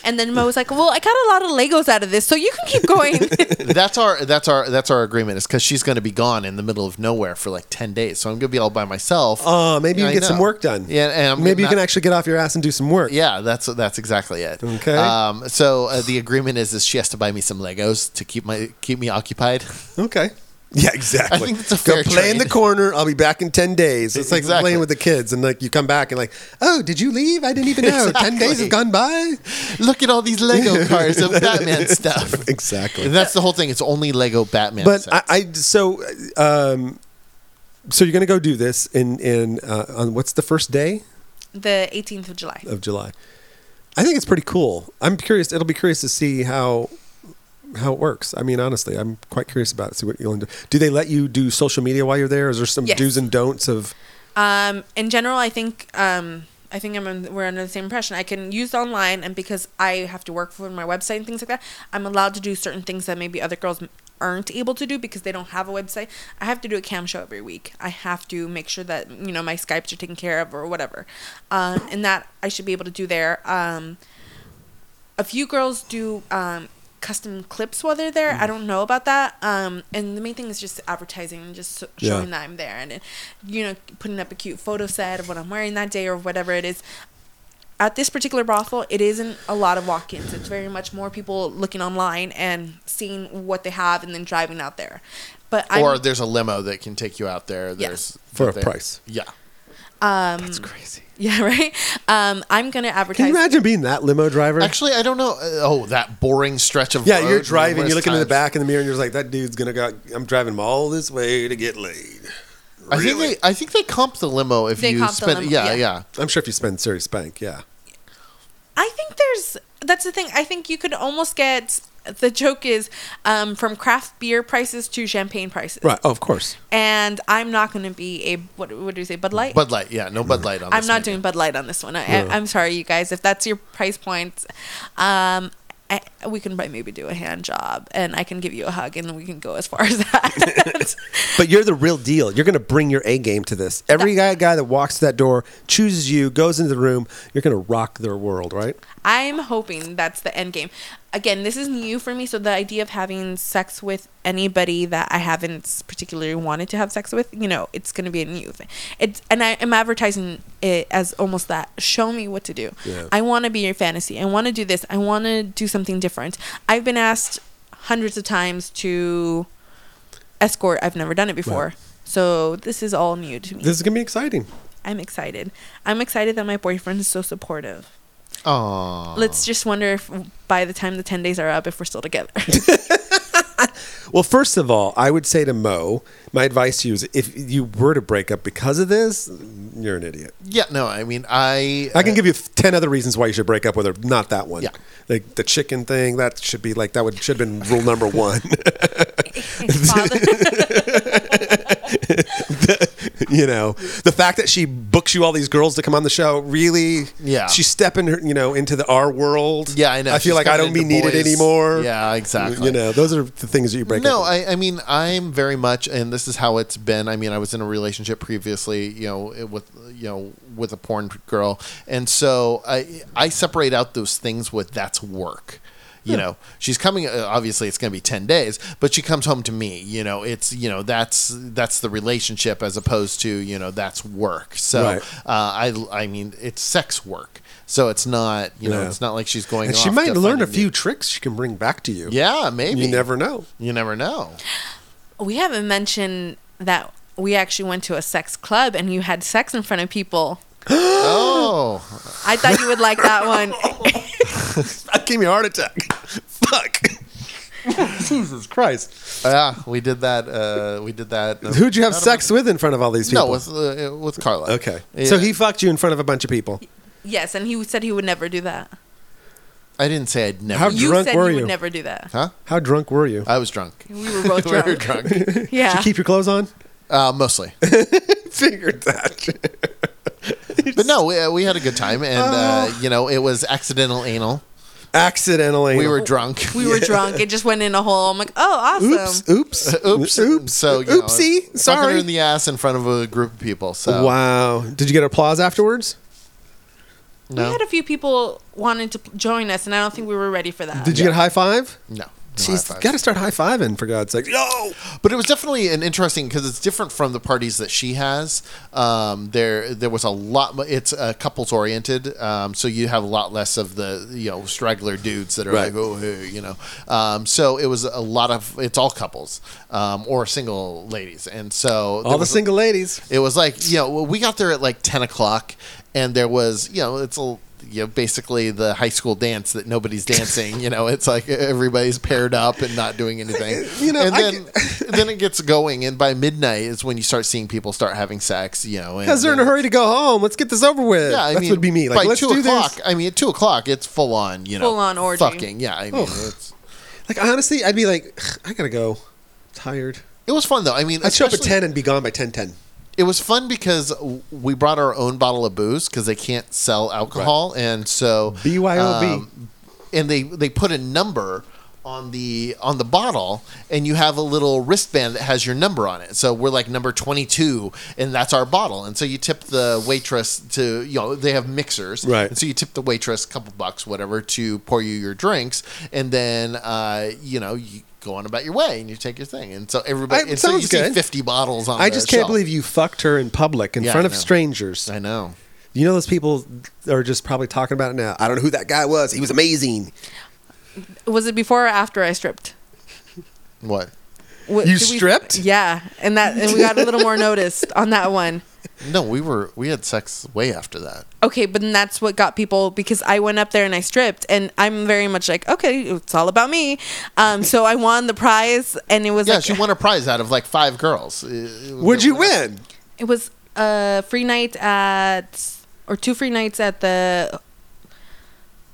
Speaker 3: And then Mo was like, well, I got a lot of Legos out of this, so you can keep going. <laughs>
Speaker 1: that's our that's our that's our agreement. Is because she's going to be gone in the middle of nowhere for like ten days, so I'm going to be all by myself.
Speaker 2: Oh, maybe you
Speaker 1: I
Speaker 2: can get some
Speaker 1: know.
Speaker 2: work done.
Speaker 1: Yeah, and I'm
Speaker 2: maybe you
Speaker 1: not-
Speaker 2: can actually get off your ass and do some work.
Speaker 1: Yeah, that's that's exactly it.
Speaker 2: Okay.
Speaker 1: Um, so uh, the agreement is is she has to buy me some Legos to keep my keep me occupied. <laughs>
Speaker 2: Okay. Yeah, exactly.
Speaker 1: I think that's a fair
Speaker 2: Go play in the
Speaker 1: trade.
Speaker 2: corner. I'll be back in ten days. It's like
Speaker 1: Exactly.
Speaker 2: playing with the kids, and like you come back and like, oh, did you leave? I didn't even know. Ten days
Speaker 1: Exactly.
Speaker 2: have gone by.
Speaker 1: Look at all these Lego cars of Batman stuff.
Speaker 2: <laughs> Exactly.
Speaker 1: And that's the whole thing. It's only Lego Batman.
Speaker 2: but
Speaker 1: sets.
Speaker 2: I, I so um, so you're gonna go do this in in uh, on what's the first day
Speaker 3: the 18th of July.
Speaker 2: of July. I think it's pretty cool. I'm curious. It'll be curious to see how how it works. I mean, honestly, I'm quite curious about it. See what you'll do. Do they let you do social media while you're there? Is there some
Speaker 3: Yes.
Speaker 2: do's and don'ts of?
Speaker 3: Um, in general, I think um, I think I'm un- we're under the same impression. I can use online, and because I have to work for my website and things like that, I'm allowed to do certain things that maybe other girls m- aren't able to do because they don't have a website. I have to do a cam show every week. I have to make sure that you know my Skypes are taken care of or whatever, um, and that I should be able to do there. Um, a few girls do um, custom clips while they're
Speaker 2: Mm-hmm.
Speaker 3: there. I don't know about that. Um, and the main thing is just advertising and just so-
Speaker 2: Yeah.
Speaker 3: showing that I'm there and, it- you know, putting up a cute photo set of what I'm wearing that day or whatever it is. At this particular brothel, it isn't a lot of walk ins. It's very much more people looking online and seeing what they have and then driving out there. But I'm,
Speaker 1: or there's a limo that can take you out there. There's
Speaker 3: Yes.
Speaker 2: For a
Speaker 1: that they-
Speaker 2: price.
Speaker 1: Yeah.
Speaker 3: Um, <laughs>
Speaker 2: That's crazy.
Speaker 3: yeah, right. Um, I'm gonna advertise.
Speaker 2: Can you imagine being that limo driver?
Speaker 1: Actually, I don't know. Uh, Oh, that boring stretch of
Speaker 2: yeah,
Speaker 1: road
Speaker 2: you're driving, you're
Speaker 1: numerous
Speaker 2: looking in the
Speaker 1: times.
Speaker 2: back in the mirror, and you're just like, that dude's gonna go. I'm driving him all this way to get laid.
Speaker 1: I think they, I think they comp the limo if
Speaker 3: They
Speaker 1: you
Speaker 3: comp the
Speaker 1: spend.
Speaker 3: limo,
Speaker 1: yeah,
Speaker 3: yeah.
Speaker 1: yeah,
Speaker 2: I'm sure if you spend serious bank, yeah.
Speaker 3: I think there's that's the thing. I think you could almost get the joke is um, from craft beer prices to champagne prices.
Speaker 2: Right. Oh, of course.
Speaker 3: And I'm not going to be a what, what do you say Bud Light?
Speaker 1: Bud Light. Yeah, no Bud Light on.
Speaker 3: I'm
Speaker 1: this
Speaker 3: not
Speaker 1: menu.
Speaker 3: doing Bud Light on this one. I,
Speaker 2: Yeah.
Speaker 3: I, am sorry, you guys. If that's your price point, um, I, we can probably maybe do a hand job, and I can give you a hug, and we can go as far as that. <laughs>
Speaker 2: But you're the real deal. You're going to bring your A game to this. Every guy, guy that walks that door, chooses you, goes into the room, you're going to rock their world, right?
Speaker 3: I'm hoping that's the end game. Again, this is new for me, so the idea of having sex with anybody that I haven't particularly wanted to have sex with, you know, it's going to be a new thing. It's and I am advertising it as almost that. Show me what to do.
Speaker 2: Yeah.
Speaker 3: I want to be your fantasy. I want to do this. I want to do something different. I've been asked hundreds of times to escort. I've never done it before.
Speaker 2: Right.
Speaker 3: So this is all new to me.
Speaker 2: This is going to be exciting.
Speaker 3: I'm excited. I'm excited that my boyfriend is so supportive.
Speaker 1: Aw.
Speaker 3: Let's just wonder if by the time the 10 days are up, if we're still <laughs> together.
Speaker 2: Well, first of all, I would say to Mo, my advice to you is if you were to break up because of this, you're an idiot.
Speaker 1: Yeah, no. I mean, I.
Speaker 2: I can give you 10 other reasons why you should break up with her, not that one.
Speaker 1: Uh, Yeah.
Speaker 2: Like the chicken thing, that should be like, that would should have been rule number one. <laughs>
Speaker 3: Father-
Speaker 2: you know, the fact that she books you all these girls to come on the show, really?
Speaker 1: Yeah.
Speaker 2: She's stepping her, you know, into the our world.
Speaker 1: Yeah, I know.
Speaker 2: I
Speaker 1: She's
Speaker 2: feel like I
Speaker 1: coming
Speaker 2: don't be
Speaker 1: into
Speaker 2: needed
Speaker 1: boys.
Speaker 2: anymore.
Speaker 1: Yeah, exactly.
Speaker 2: You know, those are the things that you break
Speaker 1: no
Speaker 2: up.
Speaker 1: I, I mean i'm very much and this is how it's been i mean i was in a relationship previously you know it- with you know with a porn girl and so i i separate out those things with that's work you know she's coming uh, obviously it's going to be 10 days but she comes home to me you know it's you know that's that's the relationship as opposed to you know that's work so
Speaker 2: Right.
Speaker 1: uh, i i mean it's sex work so it's not you know
Speaker 2: Yeah.
Speaker 1: it's not like she's going
Speaker 2: and she
Speaker 1: off
Speaker 2: might
Speaker 1: to
Speaker 2: learn
Speaker 1: find
Speaker 2: a
Speaker 1: new-
Speaker 2: few tricks she can bring back to you.
Speaker 1: yeah maybe
Speaker 2: You never know. <laughs>
Speaker 1: you never know
Speaker 3: <laughs> we haven't mentioned that we actually went to a sex club and you had sex in front of people.
Speaker 1: oh
Speaker 3: I thought you would like that <laughs> one.
Speaker 2: That gave me a heart attack. <laughs> Fuck. <laughs> Jesus Christ.
Speaker 1: Yeah, we did that. Uh, we did that.
Speaker 2: <laughs> Who'd you have sex with in front of all these people?
Speaker 1: No, with uh, with Carla.
Speaker 2: okay.
Speaker 1: Yeah.
Speaker 2: So he fucked you in front of a bunch of people.
Speaker 3: Yes, and he said he would never do that.
Speaker 1: I didn't say I'd never.
Speaker 2: How-
Speaker 3: You
Speaker 2: drunk
Speaker 3: said
Speaker 2: were
Speaker 3: you
Speaker 2: you?
Speaker 3: would never do that.
Speaker 1: huh?
Speaker 2: How drunk were you?
Speaker 1: I was drunk.
Speaker 3: We were
Speaker 2: <laughs>
Speaker 1: <laughs>
Speaker 3: both
Speaker 1: we
Speaker 3: drunk.
Speaker 1: were drunk.
Speaker 2: Did
Speaker 3: <laughs> Yeah.
Speaker 2: you keep your
Speaker 1: <laughs>
Speaker 2: clothes on?
Speaker 1: Uh,
Speaker 2: <laughs>
Speaker 1: mostly,
Speaker 2: Figured that.
Speaker 1: but no, we, uh, we had a good time, and uh,
Speaker 2: Oh.
Speaker 1: you know, it was accidental anal.
Speaker 2: Accidentally.
Speaker 1: We were drunk.
Speaker 3: we
Speaker 1: <laughs>
Speaker 3: were drunk. It just went in a hole. I'm like, oh, awesome.
Speaker 2: Oops, oops,
Speaker 1: Oops.
Speaker 2: oops.
Speaker 1: So you know,
Speaker 2: oopsie.
Speaker 1: fucking her
Speaker 2: sorry.
Speaker 1: in the ass in front of a group of people. So
Speaker 2: Wow. Did you get applause afterwards?
Speaker 3: We
Speaker 1: no,
Speaker 3: had a few people wanted to p- join us, and I don't think we were ready for that.
Speaker 2: Did you get a high five?
Speaker 1: Uh, no. no
Speaker 2: She's
Speaker 1: high fives.
Speaker 2: got to start high fiving for God's sake. Yo.
Speaker 1: But it was definitely an interesting because it's different from the parties that she has. Um, there, there was a lot. mo- It's uh, couples oriented, um, so you have a lot less of the you know straggler dudes that are
Speaker 2: Right.
Speaker 1: like oh hey, you know. Um, so it was a lot of it's all couples um, or single ladies, and so there
Speaker 2: All the
Speaker 1: was-
Speaker 2: single ladies.
Speaker 1: It was like you know well, we got there at like ten o'clock, and there was you know it's a you know basically the high school dance that
Speaker 2: <laughs>
Speaker 1: nobody's dancing. You know it's like everybody's paired up and not doing anything.
Speaker 2: <laughs> You know,
Speaker 1: and
Speaker 2: I
Speaker 1: then <laughs> then it gets going, and by midnight is when you start seeing people start having sex. You know, and
Speaker 2: Because they're in a hurry to go home. Let's get this over with.
Speaker 1: Yeah, I
Speaker 2: That's
Speaker 1: mean,
Speaker 2: would be me. Like,
Speaker 1: by
Speaker 2: let's
Speaker 1: two
Speaker 2: do
Speaker 1: o'clock,
Speaker 2: this.
Speaker 1: I mean, at two o'clock, it's full on. You know,
Speaker 3: Full-on orgy.
Speaker 1: Fucking yeah. I mean, it's,
Speaker 2: Like, honestly, I'd be like, "Ugh, I gotta go. tired.
Speaker 1: it was fun though. I mean,
Speaker 2: I'd show up at
Speaker 1: especially-
Speaker 2: ten and be gone by ten ten.
Speaker 1: it was fun because w- we brought our own bottle of booze because they can't sell alcohol, and so um,
Speaker 2: BYOB.
Speaker 1: and they they put a number on the on the bottle, and you have a little wristband that has your number on it. So we're like number twenty two, and that's our bottle. And so you tip the waitress to you know they have mixers,
Speaker 2: Right.
Speaker 1: And so you tip the waitress a couple bucks, whatever, to pour you your drinks, and then uh, you know you go on about your way and you take your thing. And so everybody,
Speaker 2: I-
Speaker 1: and so you
Speaker 2: sounds
Speaker 1: see
Speaker 2: good.
Speaker 1: fifty bottles on.
Speaker 2: I
Speaker 1: the
Speaker 2: just can't
Speaker 1: shelf.
Speaker 2: believe you fucked her in public in
Speaker 1: Yeah,
Speaker 2: front
Speaker 1: I
Speaker 2: of
Speaker 1: know.
Speaker 2: strangers.
Speaker 1: I know.
Speaker 2: You know those people are just probably talking about it now. I don't know who that guy was. He was amazing.
Speaker 1: Mm-hmm.
Speaker 3: Was it before or after I stripped?
Speaker 1: What?
Speaker 3: What,
Speaker 2: You
Speaker 3: did we-
Speaker 2: stripped?
Speaker 3: yeah, and that and we got a little more noticed on that one.
Speaker 1: No, we were we had sex way after that.
Speaker 3: Okay, but then that's what got people because I went up there and I stripped, and I'm very much like, okay, it's all about me. Um, so I won the prize, and it was
Speaker 1: Yeah,
Speaker 3: like
Speaker 1: she won a prize out of like five girls. Uh,
Speaker 2: Would you win?
Speaker 3: it was a free night at or two free nights at the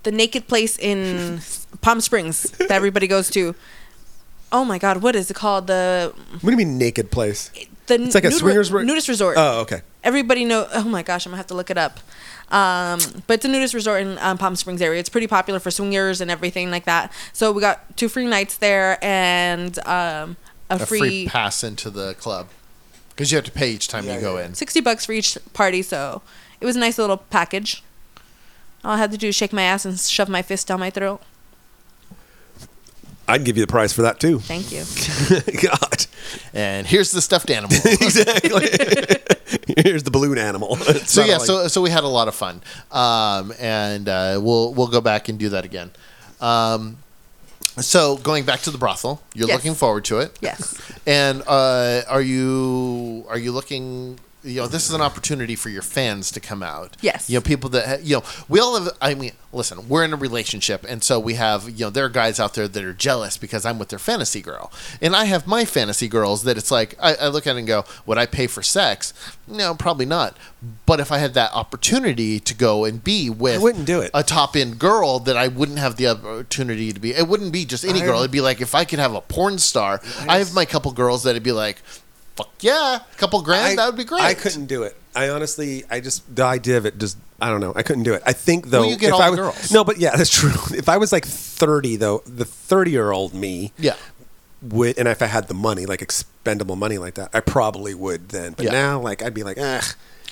Speaker 3: the naked
Speaker 2: <laughs>
Speaker 3: place in Palm Springs that everybody goes to. Oh my God, what is it called? The
Speaker 2: What do you mean naked place?
Speaker 3: the
Speaker 2: It's like a
Speaker 3: nude-
Speaker 2: swingers re-
Speaker 3: nudist resort.
Speaker 2: Oh, okay.
Speaker 3: everybody know oh my gosh i'm gonna have to look it up um, but it's a nudist resort in um, palm springs area it's pretty popular for swingers and everything like that so we got two free nights there and um, a,
Speaker 1: a free,
Speaker 3: free,
Speaker 1: pass into the club because you have to pay each time
Speaker 2: Yeah,
Speaker 1: you go
Speaker 2: yeah.
Speaker 1: in.
Speaker 3: 60 bucks for each party so it was a nice little package all i had to do is shake my ass and shove my fist down my throat
Speaker 2: I'd give you the prize for
Speaker 1: <laughs>
Speaker 2: that too. <laughs>
Speaker 3: thank you
Speaker 2: God.
Speaker 1: And here's the stuffed
Speaker 2: <laughs>
Speaker 1: animal.
Speaker 2: Here's the balloon animal. <laughs> It's
Speaker 1: so
Speaker 2: not
Speaker 1: yeah,
Speaker 2: like-
Speaker 1: so so we had a lot of fun, um, and uh, we'll we'll go back and do that again. Um, so going back to the brothel, you're
Speaker 3: Yes.
Speaker 1: looking forward to it.
Speaker 3: yes
Speaker 1: And uh, are you are you looking? You know, this is an opportunity for your fans to come out.
Speaker 3: Yes.
Speaker 1: You know, people that ha- you know, we all have. I mean, listen, we're in a relationship, and so we have you know, there are guys out there that are jealous because I'm with their fantasy girl, and I have my fantasy girls that it's like I, I look at it and go, would I pay for sex? No, probably not. But if I had that opportunity to go and be with,
Speaker 2: I wouldn't do it.
Speaker 1: A top end girl that I wouldn't have the opportunity to be. It wouldn't be just any
Speaker 2: I-
Speaker 1: girl. It'd be like if I could have a porn star. I have my couple girls that'd be like, "Fuck yeah, couple grand, that would be great."
Speaker 2: I couldn't do it. I honestly, I just the idea of it just. I don't know. I couldn't do it. I think though,
Speaker 1: you get
Speaker 2: if
Speaker 1: all
Speaker 2: I
Speaker 1: the
Speaker 2: was,
Speaker 1: girls.
Speaker 2: No, but yeah, <laughs> that's true. If I was like thirty though, the thirty-year-old me,
Speaker 1: Yeah.
Speaker 2: would, and if I had the money, like expendable money like that, I probably would then. But
Speaker 1: Yeah.
Speaker 2: now, like, I'd be like, ugh.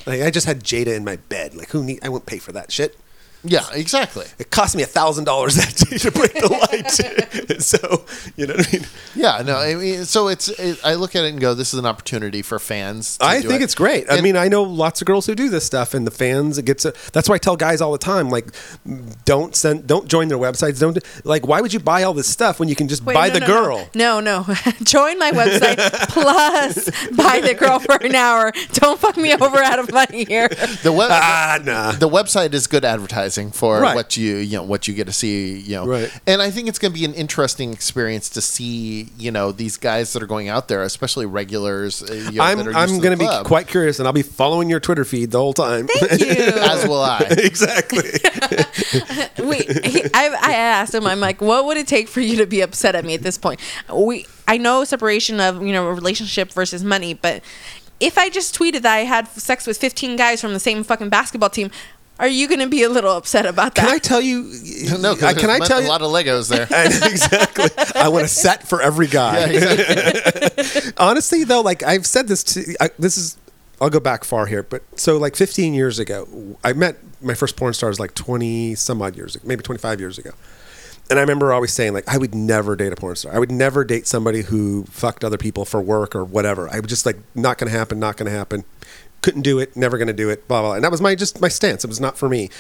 Speaker 2: Like, I just had Jada in my bed. Like, who need? I wouldn't pay for that shit.
Speaker 1: Yeah, exactly.
Speaker 2: It cost me a thousand dollars <laughs> that day to break the light. <laughs> so you know what I mean.
Speaker 1: Yeah, no, I mean, so it's. It, I look at it and go, "This is an opportunity for fans." to
Speaker 2: I
Speaker 1: do
Speaker 2: think
Speaker 1: it."
Speaker 2: it's great. I
Speaker 1: And-
Speaker 2: mean, I know lots of girls who do this stuff, and the fans it gets. A, that's why I tell guys all the time, like, don't send, don't join their websites. Don't like, why would you buy all this stuff when you can just
Speaker 3: Wait,
Speaker 2: buy
Speaker 3: no,
Speaker 2: the
Speaker 3: no, no.
Speaker 2: girl?
Speaker 3: No, no. <laughs> Join
Speaker 2: <laughs>
Speaker 3: my website plus buy the girl for an hour. Don't fuck me over out of
Speaker 2: <laughs>
Speaker 3: money here.
Speaker 1: the web.
Speaker 2: Ah, nah.
Speaker 1: the website is good advertising for
Speaker 2: Right.
Speaker 1: what you you know what you get to see you know
Speaker 2: Right.
Speaker 1: and i think it's going to be an interesting experience to see you know these guys that are going out there especially regulars uh, you know,
Speaker 2: I'm
Speaker 1: that are
Speaker 2: I'm
Speaker 1: used to
Speaker 2: gonna
Speaker 1: the
Speaker 2: be
Speaker 1: club,
Speaker 2: quite curious, and I'll be following your Twitter feed the whole time.
Speaker 3: Thank you.
Speaker 1: as will i
Speaker 2: <laughs> exactly.
Speaker 3: Wait, he, I, I asked him. I'm like, what would it take for you to be upset at me at this point? We, I know separation of you know relationship versus money, but if I just tweeted that I had sex with 15 guys from the same fucking basketball team, are you gonna be a little upset about that?
Speaker 2: Can I tell you?
Speaker 1: <laughs> no 'cause
Speaker 2: I- Uh, can I
Speaker 1: there's
Speaker 2: tell
Speaker 1: a
Speaker 2: you?
Speaker 1: lot of legos there
Speaker 2: I know, exactly. I want a set for every guy. <laughs> Honestly, though, like I've said this to I, this is I'll go back far here, but so like 15 years ago, I met my first porn star was like 20 some odd years, ago, maybe 25 years ago. And I remember always saying like I would never date a porn star. I would never date somebody who fucked other people for work or whatever. I was just like not going to happen, not going to happen. Couldn't do it, never going to do it, blah, blah blah. And that was my just my stance. It was not for me.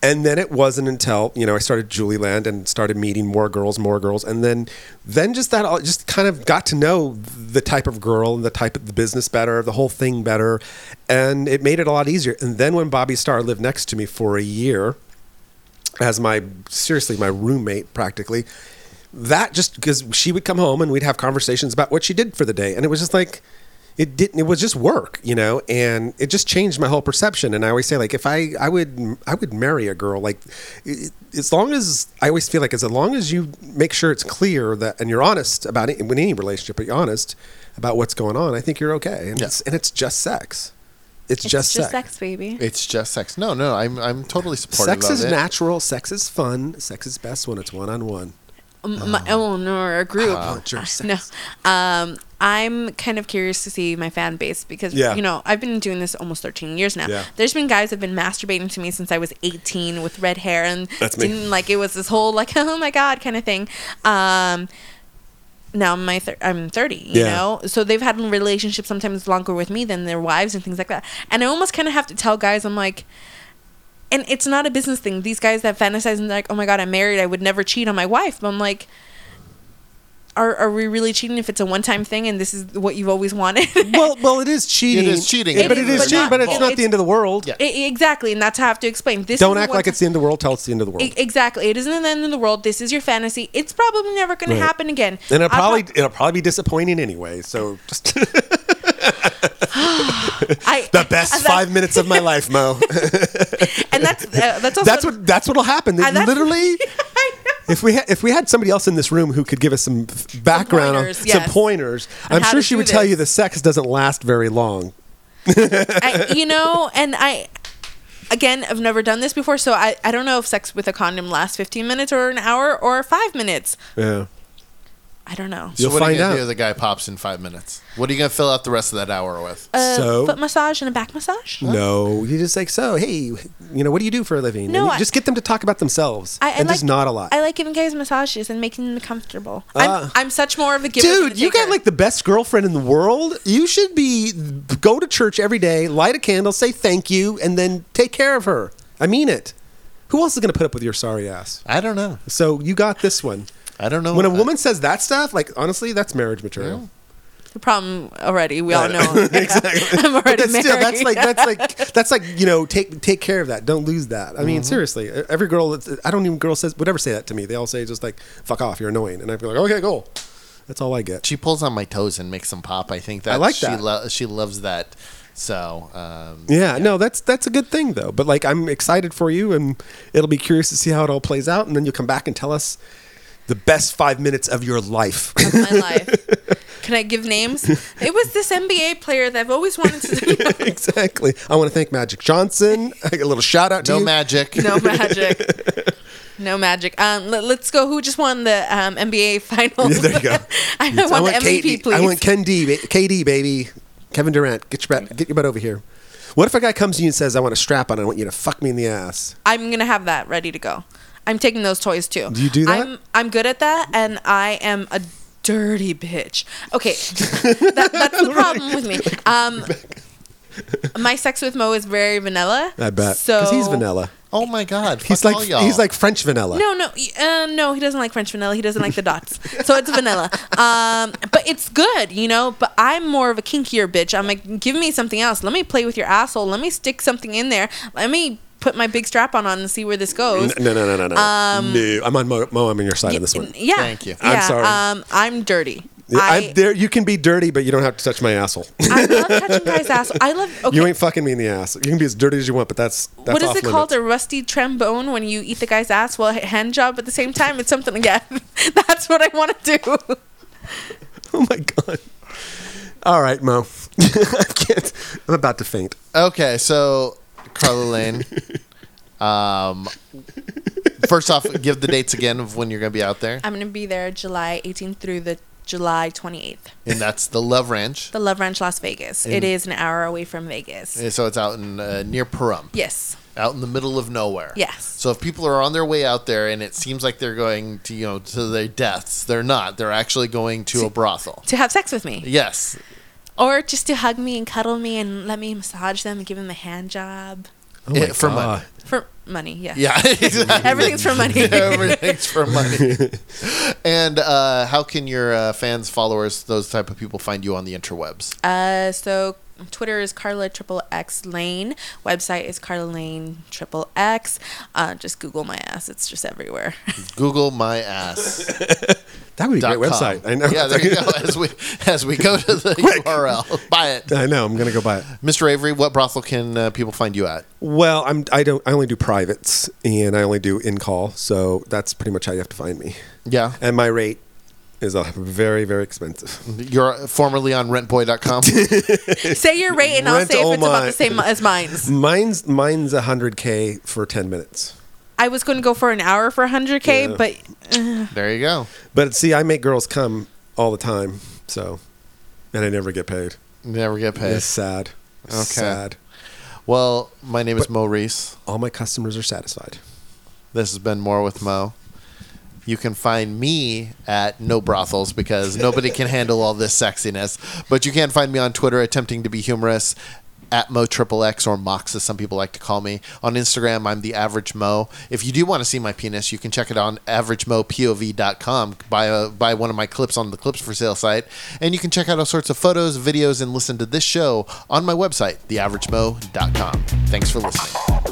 Speaker 2: And then it wasn't until, you know, I started Julie Land and started meeting more girls, more girls. And then then just that all just kind of got to know the type of girl and the type of the business better, the whole thing better. And it made it a lot easier. And then when Bobby Starr lived next to me for a year, as my seriously my roommate practically that just because she would come home and we'd have conversations about what she did for the day and it was just like it didn't it was just work you know and it just changed my whole perception and i always say like if i i would i would marry a girl like it, as long as i always feel like as long as you make sure it's clear that and you're honest about it in any relationship but you're honest about what's going on i think you're okay and
Speaker 1: Yeah.
Speaker 2: it's and it's just sex it's,
Speaker 3: It's
Speaker 2: just, sex
Speaker 3: baby.
Speaker 1: it's just sex no no i'm i'm totally supportive
Speaker 2: Sex
Speaker 1: of
Speaker 2: is
Speaker 1: it.
Speaker 2: natural. Sex is fun. Sex is best when it's one on one.
Speaker 3: M- my own or a group.
Speaker 2: Oh, <laughs> jerk
Speaker 3: no,
Speaker 2: Oh. sex.
Speaker 3: um, I'm kind of curious to see my fan base because
Speaker 2: Yeah.
Speaker 3: you know I've been doing this almost 13 years now.
Speaker 2: Yeah.
Speaker 3: There's been guys that've been masturbating to me since I was 18 with red hair and
Speaker 2: That's me.
Speaker 3: didn't like it was this whole like <laughs> oh my god kind of thing. Um, now my thir- I'm 30, you
Speaker 2: Yeah.
Speaker 3: know, so they've had relationships sometimes longer with me than their wives and things like that. And I almost kind of have to tell guys I'm like and it's not a business thing. These guys that fantasize and they're like, oh my god, I'm married, I would never cheat on my wife. But I'm like, are, are we really cheating if it's a one time thing and this is what you've always wanted? <laughs>
Speaker 2: Well, well, it is cheating.
Speaker 1: It is cheating.
Speaker 2: but it
Speaker 1: It is,
Speaker 2: is
Speaker 1: but
Speaker 2: cheating.
Speaker 1: not-
Speaker 2: But it's not
Speaker 3: it's-
Speaker 2: the end of the world.
Speaker 1: Yeah.
Speaker 3: E- exactly, and that's how I have to explain. This
Speaker 2: Don't
Speaker 3: is a
Speaker 2: act like
Speaker 3: one-time-
Speaker 2: it's the end of the world. Tell it's the end of the world.
Speaker 3: E- Exactly, it isn't the end of the world. This is your fantasy. It's probably never going
Speaker 2: Right.
Speaker 3: to happen again.
Speaker 2: and
Speaker 3: I
Speaker 2: it'll probably
Speaker 3: prob-
Speaker 2: it'll probably be disappointing anyway. So just <laughs>
Speaker 3: I,
Speaker 2: the
Speaker 3: <laughs>
Speaker 2: best
Speaker 3: and that-
Speaker 2: five minutes of my life, Mo. <laughs>
Speaker 3: and that's uh, that's also
Speaker 2: that's what that's what'll happen.
Speaker 3: And that's-
Speaker 2: Literally,
Speaker 3: <laughs> I know.
Speaker 2: if we ha- if we had somebody else in this room who could give us some f- background, on-
Speaker 3: pointers,
Speaker 2: some
Speaker 3: yes.
Speaker 2: pointers,
Speaker 3: On
Speaker 2: I'm
Speaker 3: how
Speaker 2: sure
Speaker 3: to
Speaker 2: she
Speaker 3: do
Speaker 2: would tell
Speaker 3: this.
Speaker 2: you the sex doesn't last very long.
Speaker 3: I, you know, and I, again, I've never done this before, so I, I don't know if sex with a condom lasts 15 minutes or an hour or five minutes.
Speaker 2: Yeah.
Speaker 3: I don't know.
Speaker 1: so
Speaker 2: You'll
Speaker 1: what
Speaker 2: find
Speaker 1: are you gonna
Speaker 2: out.
Speaker 1: do if the guy pops in five minutes? What are you gonna fill out the rest of that hour with?
Speaker 3: A
Speaker 2: So?
Speaker 3: Uh,
Speaker 2: Mm.
Speaker 3: foot massage and a back massage?
Speaker 2: No, you just like so. Hey, you know what do you do for a living?
Speaker 3: No,
Speaker 2: and you
Speaker 3: I-
Speaker 2: just get them to talk about themselves,
Speaker 3: I, I
Speaker 2: and
Speaker 3: like,
Speaker 2: just not a lot.
Speaker 3: I like giving guys massages and making them comfortable.
Speaker 2: Ah.
Speaker 3: I'm, I'm such more of a giver. than
Speaker 2: Dude,
Speaker 3: a
Speaker 2: you got
Speaker 3: taker.
Speaker 2: like the best girlfriend in the world. You should be go to church every day, light a candle, say thank you, and then take care of her. I mean it. Who else is going to put up with your sorry ass?
Speaker 1: I don't know.
Speaker 2: So you got this one.
Speaker 1: I don't know.
Speaker 2: When a
Speaker 1: I-
Speaker 2: woman says that stuff, like honestly, that's marriage material.
Speaker 3: the problem already. We
Speaker 2: <laughs>
Speaker 3: all know. I'm
Speaker 2: Uh, But
Speaker 3: already
Speaker 2: that's
Speaker 3: married.
Speaker 2: still that's like that's
Speaker 3: <laughs>
Speaker 2: like that's like you know take take care of that. Don't lose that. I mean
Speaker 3: Mm-hmm.
Speaker 2: seriously, e, every girl that's- I don't even girl says would ever say that to me. They all say just like fuck off, you're annoying, and I'd be like okay, cool. That's all I get.
Speaker 1: she pulls on my toes and makes them pop. I think that
Speaker 2: I like
Speaker 1: she
Speaker 2: that.
Speaker 1: lo- she loves that. So um,
Speaker 2: Yeah, no, that's that's a good thing though. But like, I'm excited for you, and it'll be curious to see how it all plays out, and then you'll come back and tell us the best five minutes of your life. <laughs>
Speaker 3: <laughs> my life. Can I give names? It was this NBA player that I've always wanted to.
Speaker 2: <laughs> exactly. I want to thank Magic Johnson. <laughs> A little shout out to
Speaker 1: no
Speaker 2: you.
Speaker 1: magic.
Speaker 3: No magic. No magic. Um, let, us go. Who just won the um, NBA finals?
Speaker 2: Yeah, there you go.
Speaker 3: <laughs> I want,
Speaker 2: I
Speaker 3: the
Speaker 2: want
Speaker 3: MVP,
Speaker 2: KD.
Speaker 3: please.
Speaker 2: I want Ken D. ba- KD, baby. Kevin Durant, get your butt, get your butt over here. What if a guy comes to you and says, "I want a strap on. I want you to fuck me in the ass."
Speaker 3: I'm gonna have that ready to go. I'm taking those toys too.
Speaker 2: Do you do that?
Speaker 3: I'm I'm good at that, and I am a dirty bitch.
Speaker 2: <laughs>
Speaker 3: Okay, that, that's the problem with me. Um, my sex with Mo is very vanilla.
Speaker 2: I bet.
Speaker 3: So
Speaker 2: he's vanilla.
Speaker 1: <laughs> Oh my god.
Speaker 2: He's
Speaker 1: fuck
Speaker 2: like
Speaker 1: all y'all.
Speaker 2: he's like French vanilla.
Speaker 3: No, no, y- uh, no. He doesn't like French vanilla. He doesn't like the dots. So it's
Speaker 2: <laughs>
Speaker 3: vanilla. Um, but it's good, you know. But I'm more of a kinkier bitch. I'm like, give me something else. Let me play with your asshole. Let me stick something in there. Let me put my big strap on on and see where this
Speaker 2: N-
Speaker 3: goes.
Speaker 2: no, no, no, no, no. no. I'm on Mo, Mo. I'm on your side on this one.
Speaker 3: Um, Yeah.
Speaker 1: Thank you.
Speaker 2: I'm
Speaker 3: yeah,
Speaker 2: sorry.
Speaker 3: Um, I'm dirty.
Speaker 2: Yeah, I'm
Speaker 3: I,
Speaker 2: there. You can be dirty, but you don't have to touch my asshole. <laughs>
Speaker 3: I love touching guys' ass. I love. Okay,
Speaker 2: You ain't fucking me in the ass. You can be as dirty as you want, but that's that's
Speaker 3: what is
Speaker 2: off
Speaker 3: it called? A
Speaker 2: limits.
Speaker 3: rusty trombone when you eat the guy's ass while h- hand job at the same time? It's something again. <laughs> That's what I want to do.
Speaker 2: Oh my god. All right, Mo. <laughs> I can't. I'm about to faint.
Speaker 1: okay, so Carla
Speaker 2: <laughs>
Speaker 1: Lane. um, first off, give the dates again of when you're gonna be out there,
Speaker 3: I'm gonna be there July 18th through the July 28th.
Speaker 1: and that's the Love Ranch.
Speaker 3: The Love Ranch, Las Vegas.
Speaker 1: In-
Speaker 3: it is an hour away from Vegas.
Speaker 1: And So it's out in uh, near Pahrump.
Speaker 3: yes.
Speaker 1: out in the middle of nowhere.
Speaker 3: Yes.
Speaker 1: So if people are on their way out there and it seems like they're going to, you know, to their deaths, they're not. They're actually going to a brothel.
Speaker 3: To have sex with me,
Speaker 1: Yes.
Speaker 3: or just to hug me and cuddle me and let me massage them and give them a hand job
Speaker 2: Oh my
Speaker 1: Yeah, Eh, for money.
Speaker 2: God.
Speaker 3: for money. Yeah.
Speaker 1: Yeah. <laughs> exactly.
Speaker 3: Everything's for
Speaker 1: <laughs>
Speaker 3: money.
Speaker 1: Everything's for money. and uh, how can your uh, fans, followers, those type of people find you on the interwebs?
Speaker 3: Uh, so Twitter is Carla Triple X Lane. Website is Carla Lane Triple X. Uh, just Google my ass. It's just everywhere. <laughs>
Speaker 1: Google my
Speaker 2: <laughs>
Speaker 1: ass.
Speaker 2: That would be a
Speaker 1: dot
Speaker 2: great
Speaker 1: com.
Speaker 2: website. I know.
Speaker 1: Yeah, there
Speaker 2: <laughs>
Speaker 1: you go. As we as we go to the URL, buy it,
Speaker 2: I know. I'm gonna go buy it.
Speaker 1: Mr. Avery. What brothel can uh, people find you at?
Speaker 2: Well, I'm. I don't. I only do privates, and I only do in call. So that's pretty much how you have to find me.
Speaker 1: Yeah,
Speaker 2: And my rate is uh, very,
Speaker 1: <laughs>
Speaker 2: very expensive.
Speaker 1: you're uh, formerly on RentBoy.com.
Speaker 3: Say your rate and I'll
Speaker 2: Rent
Speaker 3: say if
Speaker 2: all
Speaker 3: it's about
Speaker 2: mine.
Speaker 3: the same as mine's.
Speaker 2: Mine's mine's hundred k for ten minutes.
Speaker 3: I was going to go for an hour for 100K,
Speaker 2: Yeah.
Speaker 3: but
Speaker 1: There you go.
Speaker 2: But see, I make girls come all the time, so and I never get paid.
Speaker 1: Never get paid.
Speaker 2: It's sad. It's
Speaker 1: Okay.
Speaker 2: Sad.
Speaker 1: Well, my name is Mo Reese.
Speaker 2: All my customers are satisfied.
Speaker 1: This has been More with Mo. You can find me at No Brothels because nobody can handle all this sexiness. But you can find me on Twitter attempting to be humorous Atmo Triple X or Mox, as some people like to call me. On Instagram, I'm the Average Mo. If you do want to see my penis, you can check it on averagemopov.com. Buy a, buy one of my clips on the Clips for Sale site, and you can check out all sorts of photos, videos, and listen to this show on my website, theaveragemo.com. Thanks for listening.